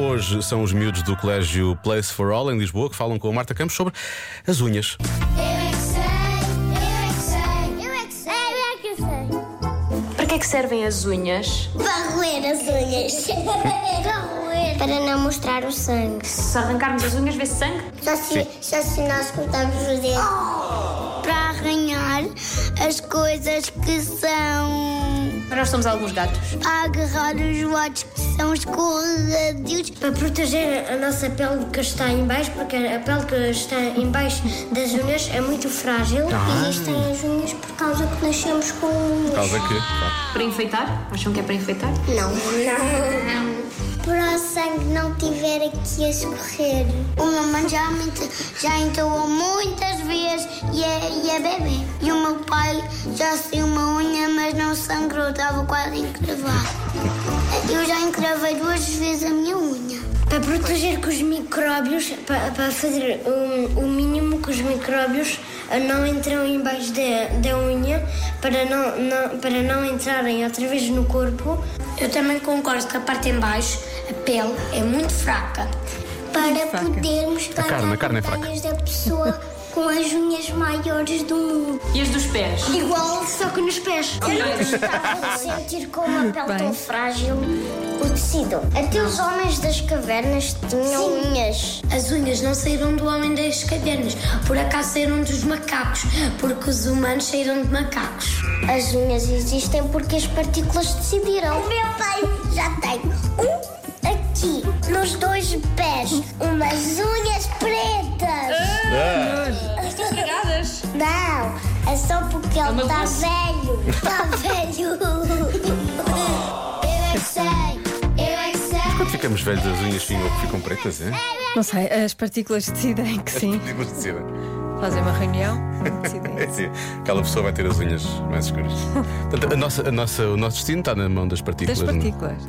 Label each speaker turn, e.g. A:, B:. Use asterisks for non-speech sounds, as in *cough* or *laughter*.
A: Hoje são os miúdos do Colégio Place for All em Lisboa que falam com a Marta Campos sobre as unhas.
B: Eu é que sei, eu é que sei, eu é que sei, eu é que sei.
C: Para que é que servem as unhas?
B: Para roer as unhas. Para roer. Para não mostrar o sangue.
C: Se arrancarmos as unhas, vê-se sangue?
B: Só se, só se nós cortarmos os dedos. Para arranhar as coisas que são.
C: Mas nós somos alguns gatos.
B: Para agarrar os votos que são escorregadios.
D: Para proteger a nossa pele que está em baixo, porque a pele que está em baixo das unhas é muito frágil.
B: Existem as unhas por causa que nascemos com
A: Tá. Por
B: unhas.
A: causa que. pá,
C: Para enfeitar? Acham que é para enfeitar?
B: Não, não. Para o sangue não tiver aqui a escorrer. O meu mãe já, mente- já entoou muitas vezes e é, e é bebê. E o meu pai já saiu uma unha, mas não sangrou, estava quase encravado. Eu já encravei duas vezes a minha unha.
D: Para proteger que os micróbios, para, para fazer um- o mínimo que os micróbios ah, não entram em baixo da, da unha, para não, não- para não entrarem outra vez no corpo. Eu também concordo que a parte em baixo, a pele, é muito fraca.
B: Para podermos
A: carne, a carne é fraca.
B: batalhas da pessoa com as unhas maiores do mundo.
C: E as dos pés?
B: Igual, só que nos pés. Eu não gostava de sentir com uma pele tão frágil o tecido. Até os homens das cavernas tinham unhas.
D: As unhas não saíram do homem das cavernas, por acaso saíram dos macacos, porque os humanos saíram de macacos.
B: As unhas existem porque as partículas decidiram. O meu pai já tem um aqui, nos dois pés, umas unhas pretas.
A: Ah,
C: Pegadas?
B: Ah. Não, é só porque ele
C: uma
B: está
C: luz.
B: velho. *laughs* Está velho. Eu é que sei, eu é que sei.
A: Quando ficamos velhos, as unhas ficam, ficam pretas, é?
E: Não sei, as partículas decidem que
A: *laughs*
E: sim.
A: Digo-vos de cima.
E: Fazem uma reunião e decidem.
A: É assim, Aquela pessoa vai ter as unhas mais escuras. Portanto, a nossa, a nossa, o nosso destino está na mão das partículas.
E: Das
A: não é?
E: partículas.